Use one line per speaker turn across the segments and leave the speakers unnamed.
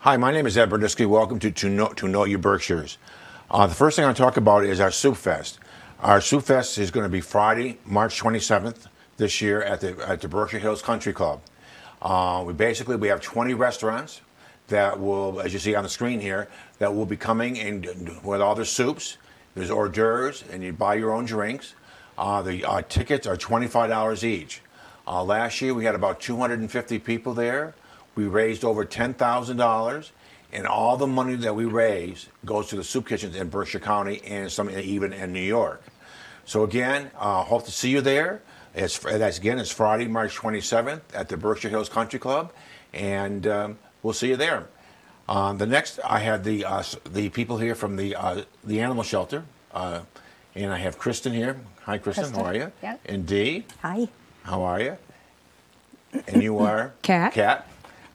Hi, my name is Ed Berniski. Welcome to To Know, to know Your Berkshires. Uh, the first thing I want to talk about is our Soup Fest. Our Soup Fest is going to be Friday, March 27th this year at the, at the Berkshire Hills Country Club. Uh, we basically we have 20 restaurants that will, as you see on the screen here, that will be coming in with all their soups. There's hors d'oeuvres, and you buy your own drinks. Uh, the uh, tickets are $25 each. Uh, last year, we had about 250 people there. We raised over $10,000, and all the money that we raise goes to the soup kitchens in Berkshire County and some even in New York. So again, uh, hope to see you there. It's that's again, it's Friday, March 27th at the Berkshire Hills Country Club, and um, we'll see you there. Um, the next, I have the uh, s- the people here from the uh, the animal shelter, uh, and I have Kristen here. Hi, Kristen, how
Kristen,
are you?
yeah.
And Dee,
Hi.
how are you? And you are
Kat.
Cat.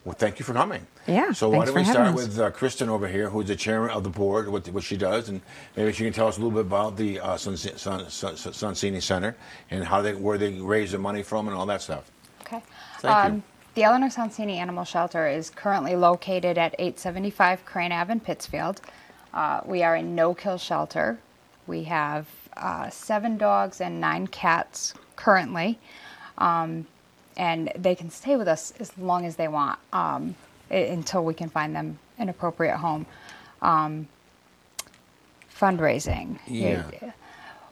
Well, thank you for coming.
Yeah,
So why don't
thanks for
we
having
start
us.
with uh, Kristen over here, who's the chairman of the board, what, what she does, and maybe she can tell us a little bit about the uh, Sun, Sun, Sun, Sun, Sunsini Center and how they where they raise the money from and all that stuff.
Okay. Um,
Thank you.
The Eleanor Sonsini Animal Shelter is currently located at 875 Crane Ave in Pittsfield. Uh, we are a no-kill shelter. We have uh, seven dogs and nine cats currently, um, and they can stay with us as long as they want um, i- until we can find them an appropriate home. Um, fundraising.
Yeah.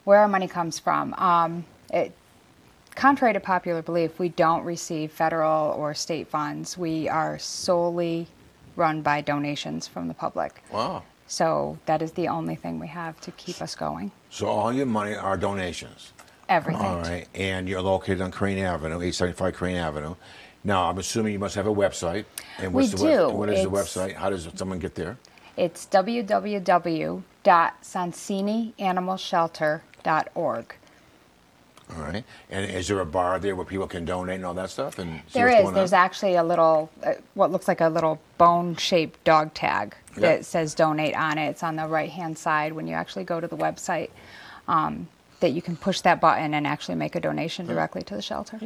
Where our money comes from. Um, it, contrary to popular belief, we don't receive federal or state funds. We are solely run by donations from the public.
Wow.
So that is the only thing we have to keep us going.
So all your money are donations.
Everything.
All right, and you're located on Crane Avenue, 875 Crane Avenue. Now, I'm assuming you must have a website. And what's
We
the web-
do.
what is the
It's-
website? How does someone get there?
It's www.sansinianimalshelter.org.
All right. And is there a bar there where people can donate and all that stuff? And see
There
what's
is.
Going
There's
on?
actually a little, uh, what looks like a little bone-shaped dog tag
Yeah.
that says "Donate" on it. It's on the right-hand side when you actually go to the website. Um, that you can push that button and actually make a donation directly to the shelter.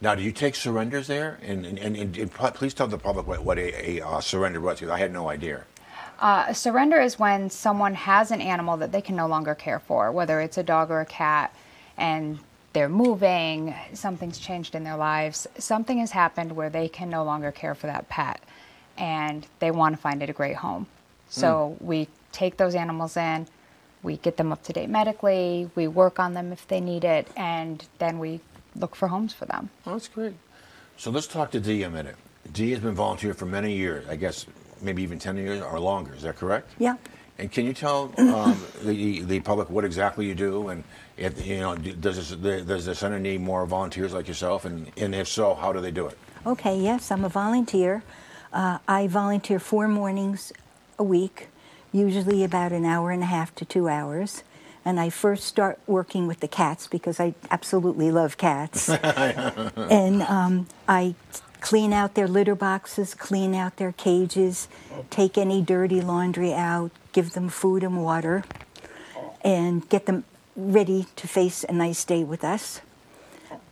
Now, do you take surrenders there? And and, and, and, and pl- please tell the public what, what a, a uh, surrender was because I had no idea.
Uh, a surrender is when someone has an animal that they can no longer care for, whether it's a dog or a cat, and they're moving, something's changed in their lives, something has happened where they can no longer care for that pet, and they want to find it a great home. So we take those animals in, we get them up to date medically, we work on them if they need it, and then we look for homes for them.
Oh, that's great. So let's talk to Dee a minute. Dee has been volunteer for many years, I guess maybe even 10 years or longer. Is that correct?
Yeah.
And can you tell um, the, the public what exactly you do? And if, you know, do- does this, does the center need more volunteers like yourself? And, and if so, how do they do it?
Okay, yes, I'm a volunteer. Uh, I volunteer four mornings a week, usually about an hour and a half to two hours. And I first start working with the cats because I absolutely love cats. and um, I clean out their litter boxes, clean out their cages, take any dirty laundry out, give them food and water, and get them ready to face a nice day with us.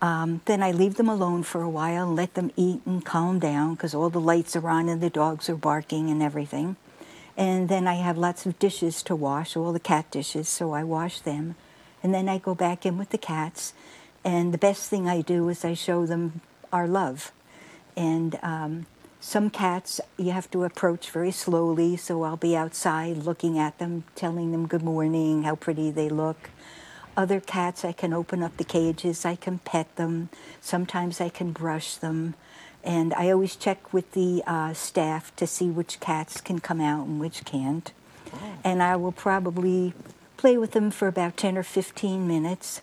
Then I leave them alone for a while and let them eat and calm down because all the lights are on and the dogs are barking and everything. And then I have lots of dishes to wash, all the cat dishes, so I wash them. And then I go back in with the cats. And the best thing I do is I show them our love. And um, some cats you have to approach very slowly, so I'll be outside looking at them, telling them good morning, how pretty they look. Other cats, I can open up the cages, I can pet them, sometimes I can brush them. And I always check with the uh, staff to see which cats can come out and which can't. And I will probably play with them for about 10 or 15 minutes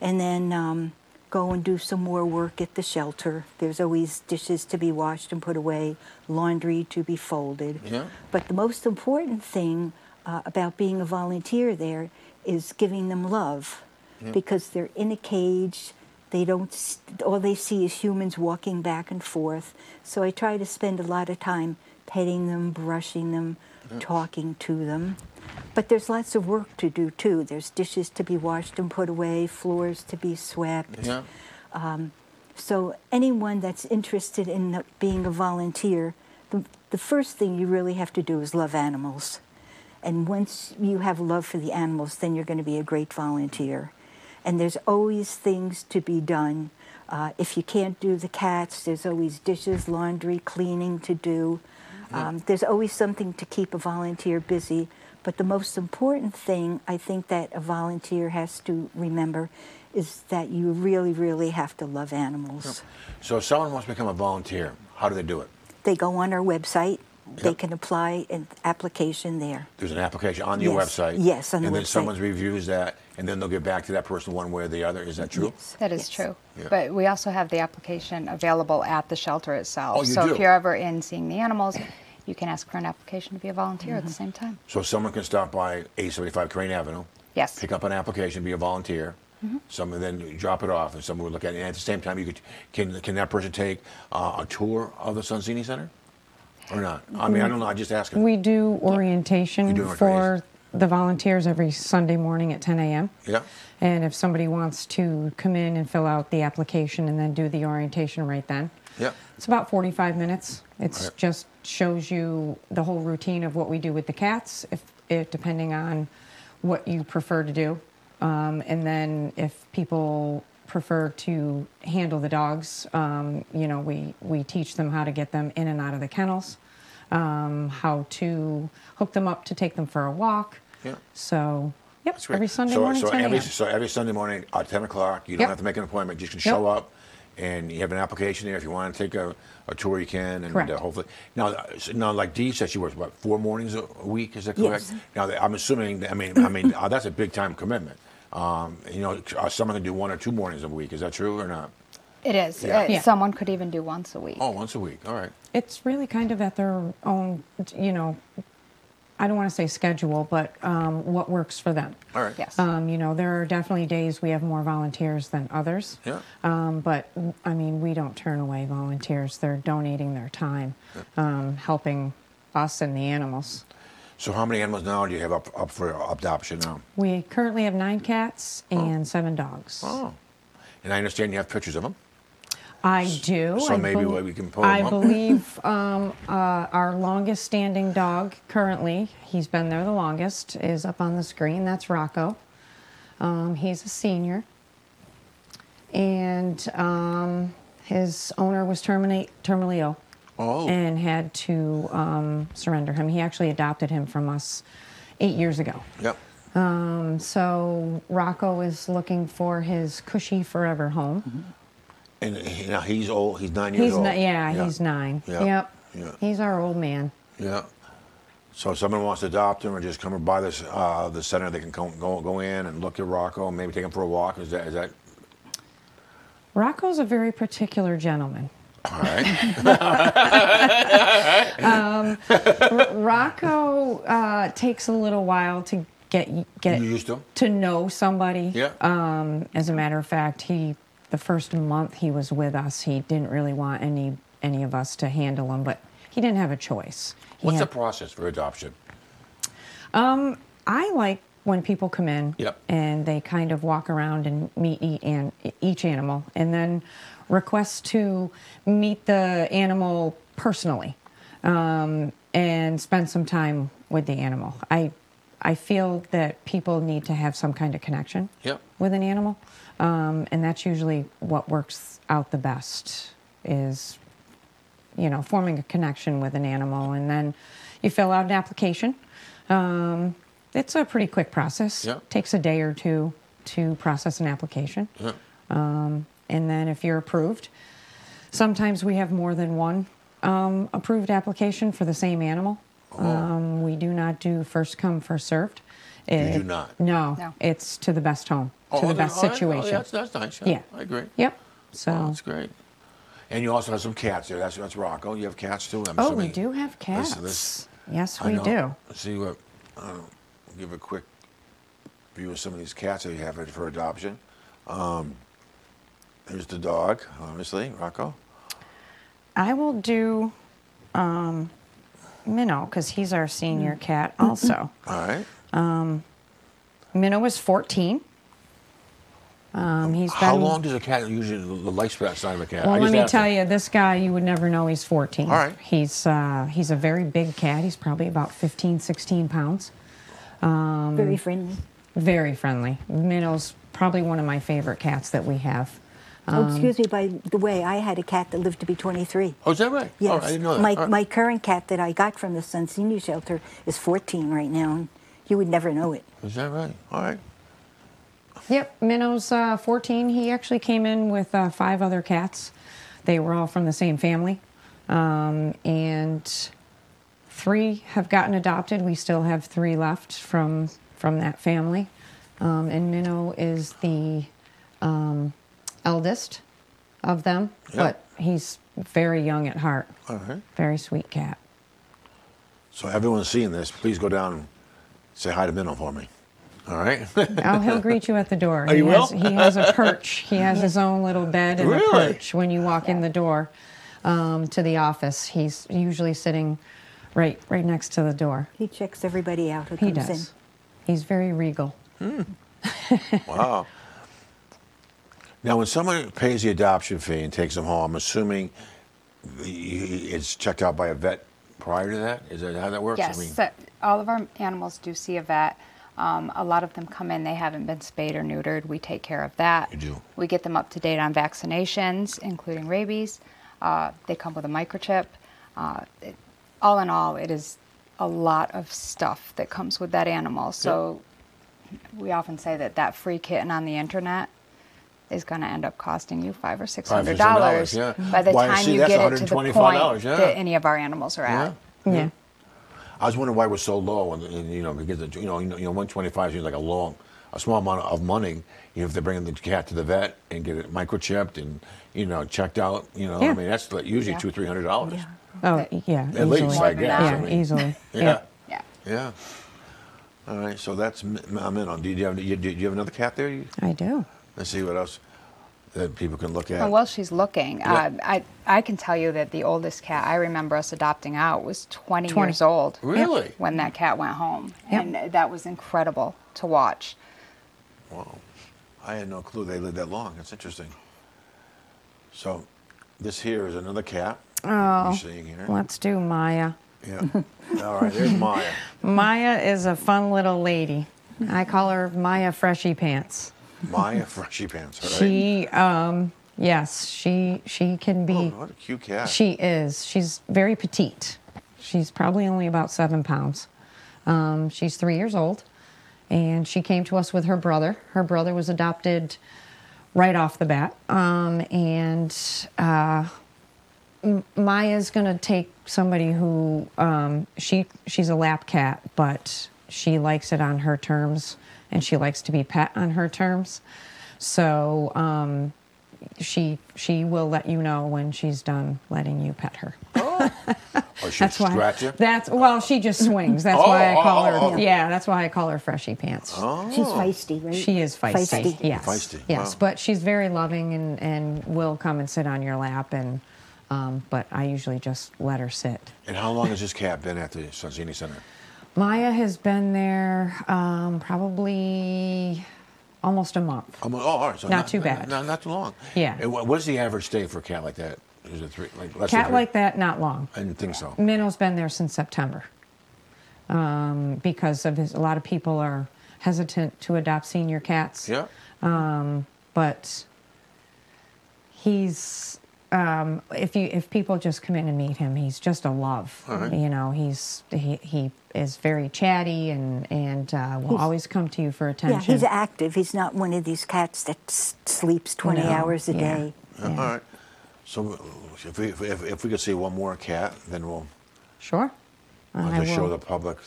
and then um, go and do some more work at the shelter. There's always dishes to be washed and put away, laundry to be folded.
Yeah.
But the most important thing uh, about being a volunteer there is giving them love because they're in a cage. They don't, s- all they see is humans walking back and forth. So I try to spend a lot of time petting them, brushing them, talking to them. But there's lots of work to do too. There's dishes to be washed and put away, floors to be swept.
Yeah.
So anyone that's interested in the- being a volunteer, the, the first thing you really have to do is love animals. And once you have love for the animals, then you're going to be a great volunteer. And there's always things to be done. Uh, if you can't do the cats, there's always dishes, laundry, cleaning to do. Um, there's always something to keep a volunteer busy. But the most important thing I think that a volunteer has to remember is that you really, really have to love animals.
So if someone wants to become a volunteer, how do they do it?
They go on our website. They
Yep.
can apply an application there.
There's an application on your
Yes.
website.
Yes, on the
And then
website.
someone reviews that, and then they'll get back to that person one way or the other. Is that true?
Yes.
That is
Yes.
true.
Yeah.
But we also have the application available at the shelter itself.
Oh, you
so
do?
if you're ever in seeing the animals, you can ask for an application to be a volunteer at the
Mm-hmm.
same time.
So someone can stop by 875 Crane Avenue.
Yes.
Pick up an application, be a volunteer. Someone then you drop it off, and someone will look at it. And at the same time, you could can can that person take uh, a tour of the Sunzini Center, or not? I mean, I don't know. I just asking.
We do orientation
You do it,
for the volunteers every Sunday morning at 10 a.m.
Yeah.
And if somebody wants to come in and fill out the application and then do the orientation right then.
Yeah.
It's about 45 minutes. It's
Right.
just shows you the whole routine of what we do with the cats, if, if depending on what you prefer to do. Um, and then if people prefer to handle the dogs, um, you know, we, we teach them how to get them in and out of the kennels, um, how to hook them up to take them for a walk.
Yeah.
So, yep,
That's great.
every Sunday
so,
morning,
so
10
every,
a.m.
so every Sunday morning at 10 o'clock, you don't
Yep.
have to make an appointment. You can show up, and you have an application there. If you want to take a, a tour, you can, and
Correct.
uh, hopefully. Now, uh, so now, like Dee said, she works what four mornings a a week. Is that correct?
Yes.
Now, that- I'm assuming. That, I mean, I mean, uh, that's a big time commitment. Um, you know, uh, someone can do one or two mornings a week. Is that true or not?
It is.
Yeah.
Uh,
Yeah.
Someone could even do once a week.
Oh, once a week. All right.
it's really kind of at their own, you know, I don't want to say schedule, but um, what works for them.
All right.
Yes.
Um, you know, there are definitely days we have more volunteers than others.
Yeah.
Um, but I mean, we don't turn away volunteers. They're donating their time, um, helping us and the animals.
So, how many animals now do you have up up for adoption now?
We currently have nine cats and seven dogs.
Oh, and I understand you have pictures of them.
I do.
So
I
maybe
belie-
we can pull
I
him up.
believe um, uh, our longest standing dog currently, he's been there the longest, is up on the screen. That's Rocco. Um, he's a senior. And um, his owner was terminate, terminally ill
Oh.
and had to um, surrender him. He actually adopted him from us eight years ago.
Yep.
Um, so Rocco is looking for his cushy forever home.
And he, now he's old. He's nine years
He's
old.
not. Yeah, he's nine.
Yeah.
Yep.
Yeah.
He's our old man.
Yeah. So if someone wants to adopt him or just come by this uh, the center, they can come, go go in and look at Rocco and maybe take him for a walk. Is that is that
Rocco's a very particular gentleman.
all right?
Rocco uh, takes a little while to get get
You used to him?
know somebody.
Yeah.
Um, as a matter of fact, he the first month he was with us, he didn't really want any any of us to handle him, but he didn't have a choice. He
What's the
had-
process for adoption?
I like when people come in
Yep.
and they kind of walk around and meet eat an, each animal and then request to meet the animal personally um, and spend some time with the animal. I, I feel that people need to have some kind of connection
Yep.
with an animal, um, and that's usually what works out the best is you know, forming a connection with an animal, and then you fill out an application. Um, it's a pretty quick process.
Yeah.
Takes a day or two to process an application, um, and then if you're approved, sometimes we have more than one um, approved application for the same animal.
Oh.
Um, we do not do first come first served. It,
do not?
No,
No.
it's to the best home,
Oh,
to the
okay.
best
All right. Oh,
situation.
yeah, that's, that's nice. Yeah,
yeah,
I agree.
Yep. So
Oh, that's great. And you also have some cats there. That's that's Rocco. You have cats too. I'm
Oh,
assuming.
we do have
Let's-
cats.
let's-
yes,
I
we
know.
do.
Let's see what. Uh, give a quick view of some of these cats that you have for adoption. Um, there's the dog, obviously, Rocco.
I will do um, Minnow because he's our senior cat also.
All right.
Minnow is 14. Um, he's
How
been-
long does a cat usually the lifespan of a cat?
Well,
I
let
just
me
asked
tell
him.
you, this guy, you would never know he's 14.
All right.
He's, uh, he's a very big cat. He's probably about 15, 16 pounds. Um,
Very friendly.
Very friendly. Minnow's probably one of my favorite cats that we have. um,
oh, excuse me, by the way, I had a cat that lived to be 23.
Oh, is that right?
Yes.
All right, I didn't know that. Uh,
My,
All right.
my current cat that I got from the Sun Senior Shelter is 14 right now, and you would never know it.
Is that right? All right.
Yep, Minnow's uh, 14. He actually came in with uh, five other cats. They were all from the same family. Um, and three have gotten adopted. We still have three left from, from that family. Um, and Minnow is the um, eldest of them,
Yeah.
but he's very young at heart.
All right.
Very sweet cat.
So everyone's seeing this. Please go down and say hi to Minnow for me. All right.
Oh, he'll greet you at the door. he,
you
has,
Oh, will?
he has a perch. He has his own little bed and
Really?
a perch when you walk in the door um, to the office. He's usually sitting right right next to the door.
He checks everybody out who
He
comes in.
does. He's very regal.
wow. Now, when someone pays the adoption fee and takes them home, I'm assuming the- it's checked out by a vet prior to that. Is that how that works?
Yes, so all of our animals do see a vet. Um, a lot of them come in, they haven't been spayed or neutered. We take care of that.
You do.
We get them up to date on vaccinations, including rabies. Uh, they come with a microchip. Uh, it, all in all, it is a lot of stuff that comes with that animal. So we often say that that free kitten on the internet is going to end up costing you five or six
Five or
hundred
six
dollars
dollars, yeah.
by the
Why,
time
see,
you
that's
get it to the point
$125, yeah.
that any of our animals are at.
yeah.
Yeah.
I was wondering why it was so low, and, and you know, because you know, you know, you know, one twenty-five seems like a long, a small amount of money. You know, if they're bringing the cat to the vet and get it microchipped and you know checked out, you know, I
Yeah.
mean that's like usually
Yeah.
two, three hundred dollars.
Yeah.
Oh, yeah.
At
easily.
least, I
More than
guess.
that.
I
Yeah,
mean,
easily.
yeah,
Yeah.
yeah. All right, so that's m- I'm in on. Do you have do you, do you have another cat there? You-
I do.
Let's see what else that people can look at.
Oh,
And while Oh, she's looking,
Yeah.
uh, I I can tell you that the oldest cat I remember us adopting out was 20,
20.
years old.
Really?
When that cat went home,
Yep.
and that was incredible to watch.
Wow. I had no clue they lived that long. That's interesting. So, this here is another cat. Oh. You're seeing here.
Let's do Maya.
Yeah. All right, there's Maya.
Maya is a fun little lady. I call her Maya Freshy Pants.
Maya Freshie Pants. All right.
She, um, yes, she she can be.
Oh, what a cute cat.
She is. She's very petite. She's probably only about seven pounds. Um, she's three years old, and she came to us with her brother. Her brother was adopted right off the bat, um, and uh, M- Maya's gonna take somebody who um, she she's a lap cat, but she likes it on her terms, and she likes to be pet on her terms. So um, she she will let you know when she's done letting you pet her.
oh, she scratch you?
That's well, she just swings. That's
Oh,
why I call
oh,
her.
oh, oh.
Yeah, that's why I call her Freshie Pants.
She's feisty, right?
Oh. She is feisty. Yes.
Feisty,
Yes,
wow.
but she's very loving and and will come and sit on your lap and. Um, but I usually just let her sit.
And how long has this cat been at the Sanzini Center?
Maya has been there um, probably almost a month.
I'm, oh, all right. So
Not too bad.
Not, not too long.
Yeah.
And what, what is the average stay for a cat like that? Is it three? Like, less than
Cat
three?
like Mm. that, not long.
I didn't think so.
Minnow's been there since September um, because of his. A lot of people are hesitant to adopt senior cats.
Yeah.
but he's um, if you if people just come in and meet him, he's just a love. You know, he's he, he is very chatty and and uh, will always come to you for
Yeah,
attention.
he's active. He's not one of these cats that s- sleeps 20
No,
hours a
yeah.
day.
All right. So, if we, if, if we could see one more cat, then we'll.
sure.
I'll
I
just show
will.
the public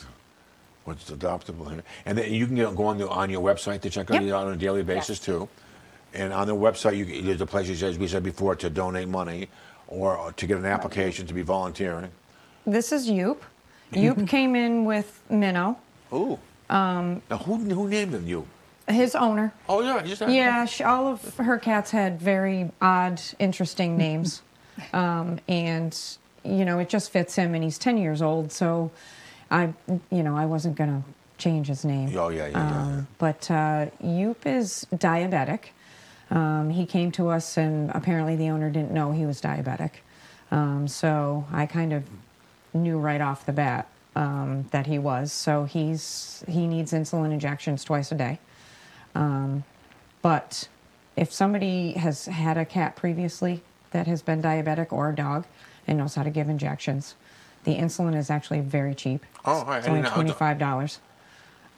what's adoptable here. And then you can go on the, on your website to check
Yep.
it out on a daily basis too. And on the website, you, can- there's a place, as we said before, to donate money or to get an application to be volunteering.
This is Yoop. Yoop came in with Minnow,
Ooh. Um, now, who, who named them you?
his owner.
Oh, yeah, you just
Yeah, she, all of her cats had very odd, interesting names. Um, and, you know, it just fits him, and he's 10 years old, so I, you know, I wasn't going to change his name. Um,
Oh, yeah, yeah, yeah, yeah.
But uh, Yoop is diabetic, Um, he came to us, and apparently the owner didn't know he was diabetic. Um, so I kind of knew right off the bat um, that he was. So he's he needs insulin injections twice a day. Um, but if somebody has had a cat previously that has been diabetic or a dog and knows how to give injections, the insulin is actually very cheap.
Oh, I- I
it's only
didn't know-
twenty five dollars.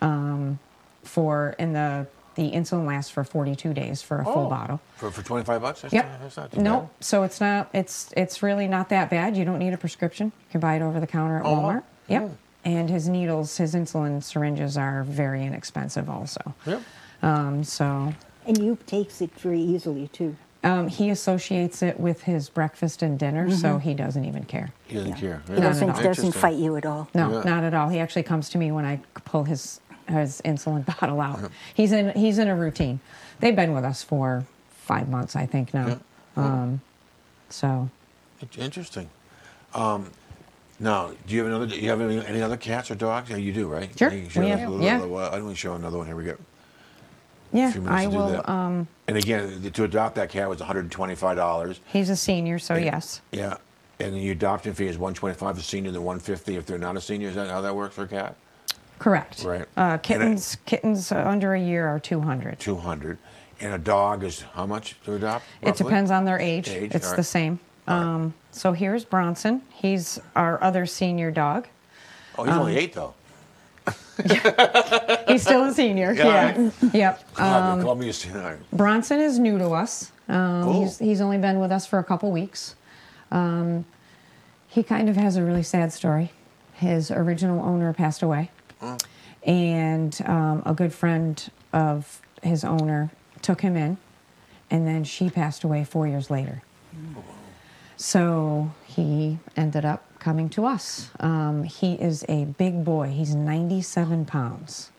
Um, for and the the insulin lasts for forty two days for a full bottle.
For, for 25 bucks? Oh. That's
Yep.
not- that's not too
no,
bad.
so it's not. It's it's really not that bad. You don't need a prescription. You can buy it over the counter at
Oh, wow. Hmm.
Walmart. Yep. And his needles, his insulin syringes are very inexpensive, also.
Yep.
Um, so
And you takes it very easily too.
um, he associates it with his breakfast and dinner, so
Mm-hmm.
he doesn't even care.
He doesn't care.
It doesn't, doesn't
Interesting.
fight you at all.
No,
Yeah.
not at all. He actually comes to me when I pull his his insulin bottle out. He's in he's in a routine. They've been with us for five months, I think now. Um, so
It's Interesting. Um, now, do you have another? Do you have any, any other cats or dogs? Yeah, you do, right?
Sure,
You show
we
us
have-
a little-
yeah.
little- I don't want to show another one. Here we go.
yeah,
few minutes
I
to do
will.
that.
Um,
And again, the- to adopt that cat was one hundred and twenty-five dollars.
He's a senior, so yes.
Yeah, and the adoption fee is one twenty-five for senior, then one fifty if they're not a senior. Is that how that works for a cat?
Correct.
Right. And
Uh,
it-
kittens, kittens uh, under a year are 200.
Two hundred. And a dog is how much to adopt?
It
roughly?
depends on their age.
Age,
it's
all
the
right.
same.
All right.
Um, so here's Bronson. He's our other senior dog.
Oh, he's only eight though.
He's still a senior.
Yeah.
yeah. Yep.
God, they call me a senior.
Bronson is new to us. Um,
Cool.
he's, he's only been with us for a couple weeks. Um, he kind of has a really sad story. His original owner passed away, and um, a good friend of his owner took him in, and then she passed away four years later. So he ended up coming to us. Um, he is a big boy. He's 97 pounds.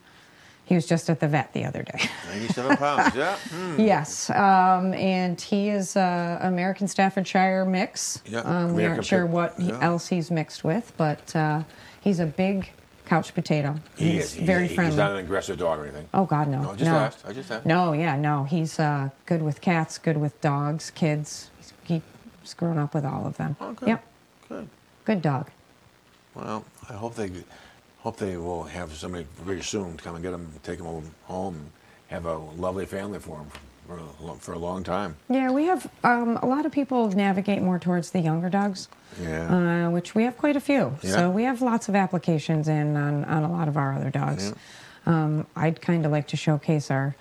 He was just at the vet the other day.
Ninety-seven pounds. Yeah. Hmm.
Yes, um, and he is uh, American Staffordshire mix.
Yeah,
um, we
American
aren't sure
pig-
what he-
yeah.
else he's mixed with, but uh, he's a big couch potato.
He
he's
is he's-
very friendly.
He's not an aggressive dog or anything.
oh God, no,
No, I just asked. I just asked.
No, yeah, no. He's uh, good with cats, good with dogs, kids. He's, he's grown up with all of them.
Oh, good.
Yep,
Good.
good dog.
Well, I hope they hope they will have somebody very soon to come and get them, take them home, have a lovely family for them for a, lo- for a long time.
Yeah, we have um, a lot of people navigate more towards the younger dogs.
Yeah.
Uh, which we have quite a few.
Yeah.
So we have lots of applications in on, on a lot of our other dogs. Um, I'd kind of like to showcase our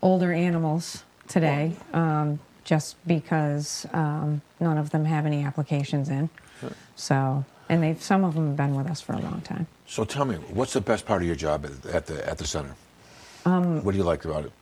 older animals today, um, just because um, none of them have any applications in. So, and they've some of them have been with us for a long time.
So tell me, what's the best part of your job at- at the at the center? Um, what do you like about it?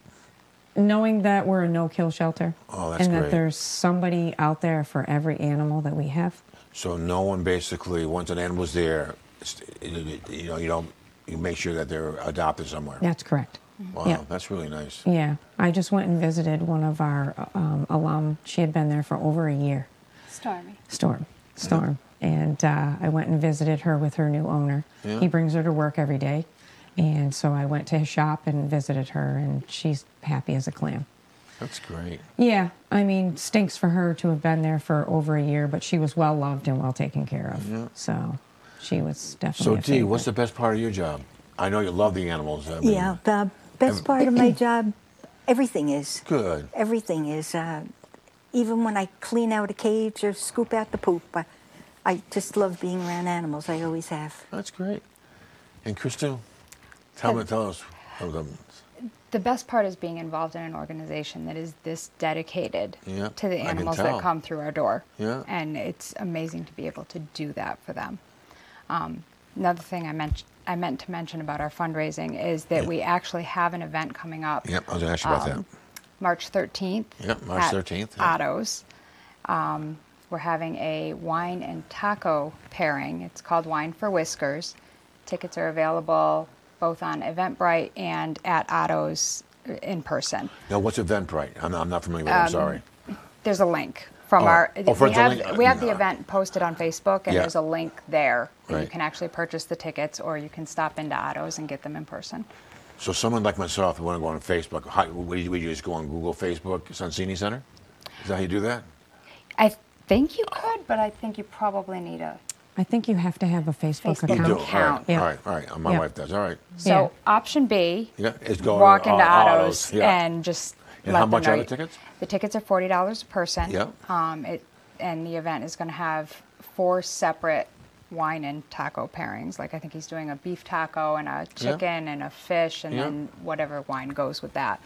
knowing that we're a no-kill shelter
Oh, that's
and that
great.
there's somebody out there for every animal that we have
So no one basically once an animal's there, it's- you know, you don't you make sure that they're adopted somewhere.
that's correct
Wow,
yeah.
that's really nice.
yeah i just went and visited one of our um, alum she had been there for over a year
Stormy.
storm storm and uh, i went and visited her with her new owner
Yeah.
he brings her to work every day and so i went to his shop and visited her and she's happy as a clam
That's great.
yeah i mean stinks for her to have been there for over a year but she was well loved and well taken care of so she was
So
definitely a
Dee, what's
favorite.
the best part of your job? I know you love the animals. I mean,
Yeah, the best part of my job, everything is.
Good.
Everything is. Uh, even when I clean out a cage or scoop out the poop, I, I just love being around animals. I always have.
That's great. And Crystal, tell me, tell us. Of them.
The best part is being involved in an organization that is this dedicated
Yeah,
to the
I can
animals
tell.
that come through our door.
Yeah.
And it's amazing to be able to do that for them. Um, another thing I meant, I meant to mention about our fundraising is that we actually have an event coming up.
Yep, I was gonna ask you about
um, March 13th.
Yep, March
at
13th, yeah.
Otto's. Um, we're having a wine and taco pairing. It's called Wine for Whiskers. Tickets are available both on Eventbrite and at Otto's uh, in person.
that. Now, what's Eventbrite? I'm, I'm not familiar with.
Um,
it, I'm sorry.
There's a link from
Oh.
our.
Oh, for
we,
the
have,
link, uh,
we have the
yeah.
event posted on Facebook, and
Yeah.
there's a link there. that You
Right.
can actually purchase the tickets, or you can stop into Otto's and get them in person.
So someone like myself, who want to go on Facebook, how, what do you- we just go on Google, Facebook, Sonsini Center? Is that how you do that?
I think you could, but I think you probably need a.
I think you have to have a Facebook,
Facebook
You
account.
do.
Don't count.
All right.
Yeah.
All right. All right. My
Yeah.
wife does. All right.
So
Yeah.
option B,
Yeah, it's going
walk into
au-
autos,
autos, yeah.
and just.
And
let
how
them
much
know
are
you-
the tickets?
The tickets are forty dollars a person.
Yeah.
Um, it, and the event is going to have four separate wine and taco pairings. Like I think he's doing a beef taco and a
Yeah.
chicken and a fish, and
Yeah.
then whatever wine goes with that.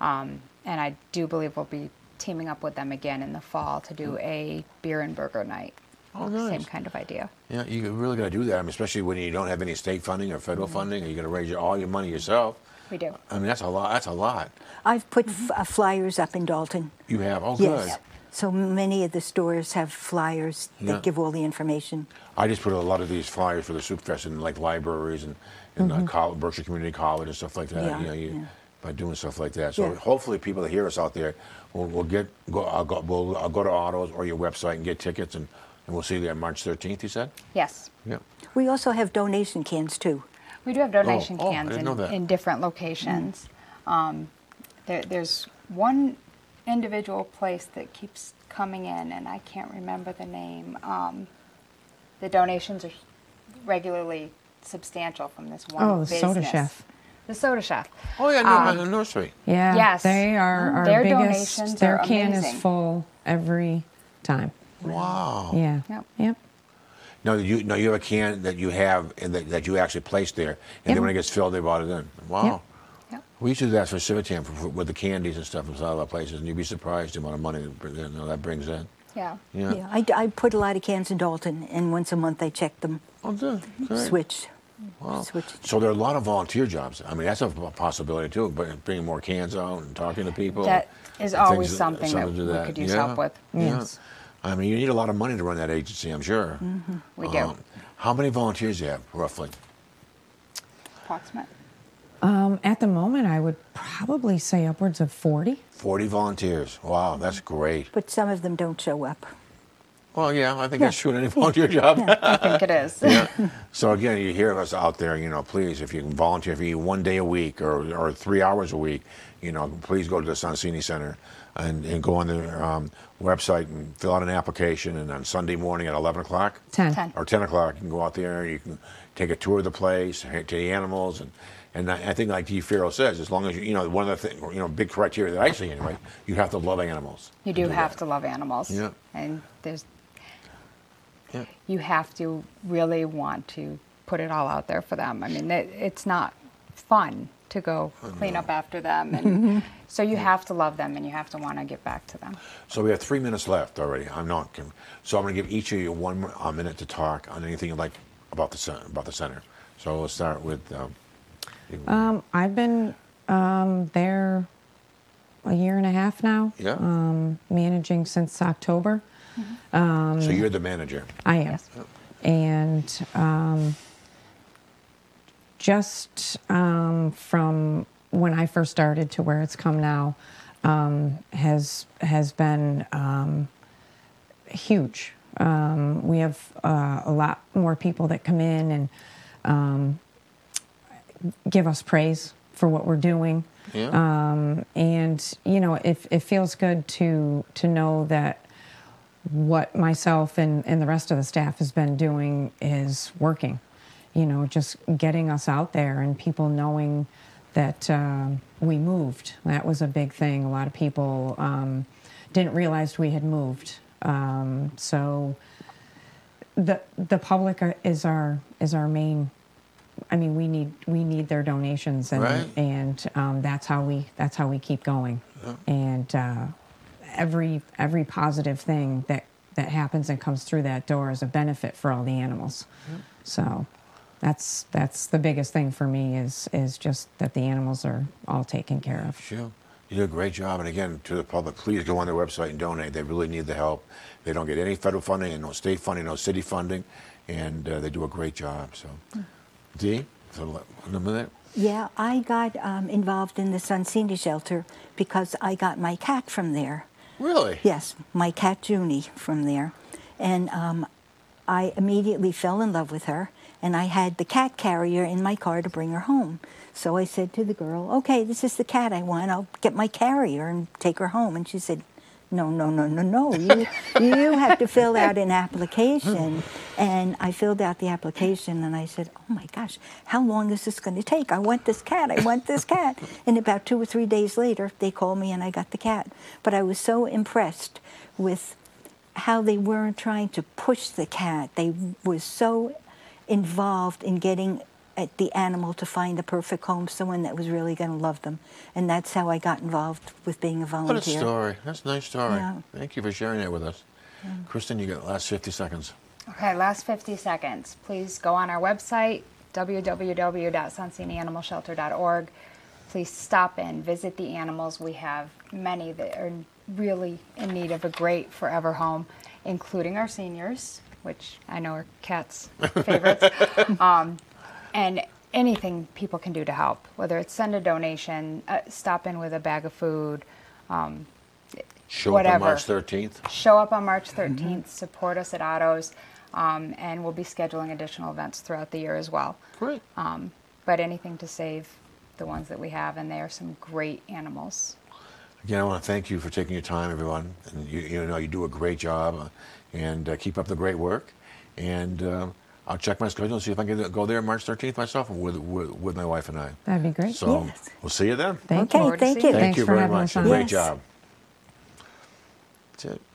Um, and I do believe we'll be teaming up with them again in the fall to do a beer and burger night.
Mm. Oh,
Same
nice.
kind of idea.
Yeah, you really got to do that, I mean, especially when you don't have any state funding or federal funding, and you got to raise your- all your money yourself.
Mm-hmm. We do.
I mean, that's a lot. That's a lot.
I've put
Mm-hmm.
f- uh, flyers up in Dalton.
You have. Oh,
Yes.
good.
So many of the stores have flyers
Yeah.
that give all the information.
I just put a lot of these flyers for the soup fest in like libraries and in uh, coll Berkshire Community College and stuff like that.
Mm-hmm. Yeah,
you know, you,
yeah.
by doing stuff like that. So
Yeah.
hopefully, people that hear us out there will, will get go. I'll go, will, I'll go to autos or your website and get tickets, and, and we'll see you there March 13th. You said.
Yes.
Yeah.
We also have donation cans too.
We do have donation
oh, I
cans
didn't know that. Mm-hmm.
in, in different locations. Um, there, there's one individual place that keeps coming in, and I can't remember the name. Um, the donations are regularly substantial from this one.
Oh, the Soda
business.
Chef.
the Soda Chef.
Oh yeah, no,
Um,
the nursery.
Yeah.
Yes. Mm-hmm.
They are our
Their
biggest.
donations
their
are
can
amazing.
is full every time.
Wow.
Yeah.
Yep.
Yep.
No, you no, you have a can that you have and that, that you actually place there, and
Yeah.
then when it gets filled, they brought it in. Wow.
Yep.
We used to do that for Civitan for, for, with the candies and stuff in some of our places, and you'd be surprised the amount of money that, you know, that brings in.
Yeah.
Yeah.
Yeah, I, I put a lot of cans in Dalton, and once a month I check them,
Oh, good. Great.
switch.
Wow.
switch.
So there are a lot of volunteer jobs. I mean, that's a possibility too. But bringing more cans out and talking to people.
That is
and
always
things-
something that
to
we could use help with.
Yeah.
Yes.
I mean, you need a lot of money to run that agency, I'm sure.
Mm-hmm.
Um,
We do.
How many volunteers do you have, roughly?
Approximate.
Um, at the moment, I would probably say upwards of 40.
40 volunteers. Wow, that's great.
But some of them don't show up.
Well, yeah, I think that's true in any volunteer job.
I
Uh,
think it is.
So again, you hear of us out there, you know, please, if you can volunteer, if you can one day a week or, or three hours a week, you know, please go to the Sonsini Center and, and go on their um, website and fill out an application. And on Sunday morning at 11 o'clock
10.
Ten.
or 10 o'clock, you can go out there, you can take a tour of the place, to the animals. And, and I I think like D. Farrell says, as long as you, you know, one of the thing, you know, big criteria that I see anyway, you have to love animals.
You do have
that.
to love animals.
Yeah.
And there's
Yeah.
you have to really want to put it all out there for them. I mean, it, it's not fun to go clean up after them, and so you have to love them and you have to want to give back to them.
So we have three minutes left already. I'm not. con- So I'm going to give each of you one mi- a minute to talk on anything you like about the cen- about the center. So we'll start with. Um, you-
Um, I've been um, there a year and a half now,
yeah.
um, managing since October.
so you're the manager.
I am.
Yes.
And um, just um, from when I first started to where it's come now um, has has been um, huge. Um, we have uh, a lot more people that come in and um, give us praise for what we're doing Um,
Yeah.
and you know it, it feels good to to know that what myself and, and the rest of the staff has been doing is working you know just getting us out there and people knowing that um, we moved that was a big thing a lot of people um, didn't realize we had moved um, so the the public are- is our is our main I mean, we need we need their donations, and
Right.
and um, that's how we that's how we keep going. And uh, every every positive thing that that happens and comes through that door is a benefit for all the animals. So that's that's the biggest thing for me is is just that the animals are all taken care of.
Sure. You do a great job. And again, to the public, please go on their website and donate. They really need the help. They don't get any federal funding and no state funding, no city funding, and uh, they do a great job. So, D, for the la- a minute.
Yeah, I got um, involved in the Sonsini shelter because I got my cat from there.
Really?
Yes, my cat Junie from there. And um, I immediately fell in love with her. and I had the cat carrier in my car to bring her home. So I said to the girl, "Okay, this is the cat I want. I'll get my carrier and take her home." And she said, "No, no, no, no, no. You you have to fill out an application." And I filled out the application and I said, "Oh my gosh, how long is this going to take? I want this cat. I want this cat." And about 2 or 3 days later, they called me and I got the cat. But I was so impressed with how they weren't trying to push the cat. They was so involved in getting at the animal to find the perfect home, someone that was really going to love them, and that's how I got involved with being a
What a
volunteer.
story. That's a nice story.
Yeah.
Thank you for sharing that with us. Kristen, you got the last 50 seconds.
Okay, last 50 seconds. Please go on our website, www.sunseeanimalshelter.org. Please stop and visit the animals. We have many that are really in need of a great forever home, including our seniors, which I know are cats' favorites. um, and anything people can do to help, whether it's send a donation, uh, stop in with a bag of food, um,
Show
Whatever.
up on March 13th.
show up on March 13th, support us at Otto's, um, and we'll be scheduling additional events throughout the year as well.
Great.
Uh,
Um, but anything to save the ones that we have, and they are some great animals.
Again, I want to thank you for taking your time, everyone. And you, you know, you do a great job, uh, and uh, keep up the great work. And uh, I'll check my schedule and see if I can go there March 13th myself with with, with my wife and I.
That'd be great.
So
Yes.
we'll see you then.
Thank
okay,
Forward to
thank
seeing
you.
you.
Thank
Thanks
you
for
very
having
much.
us
A
on.
Great
Yes.
job. That's it.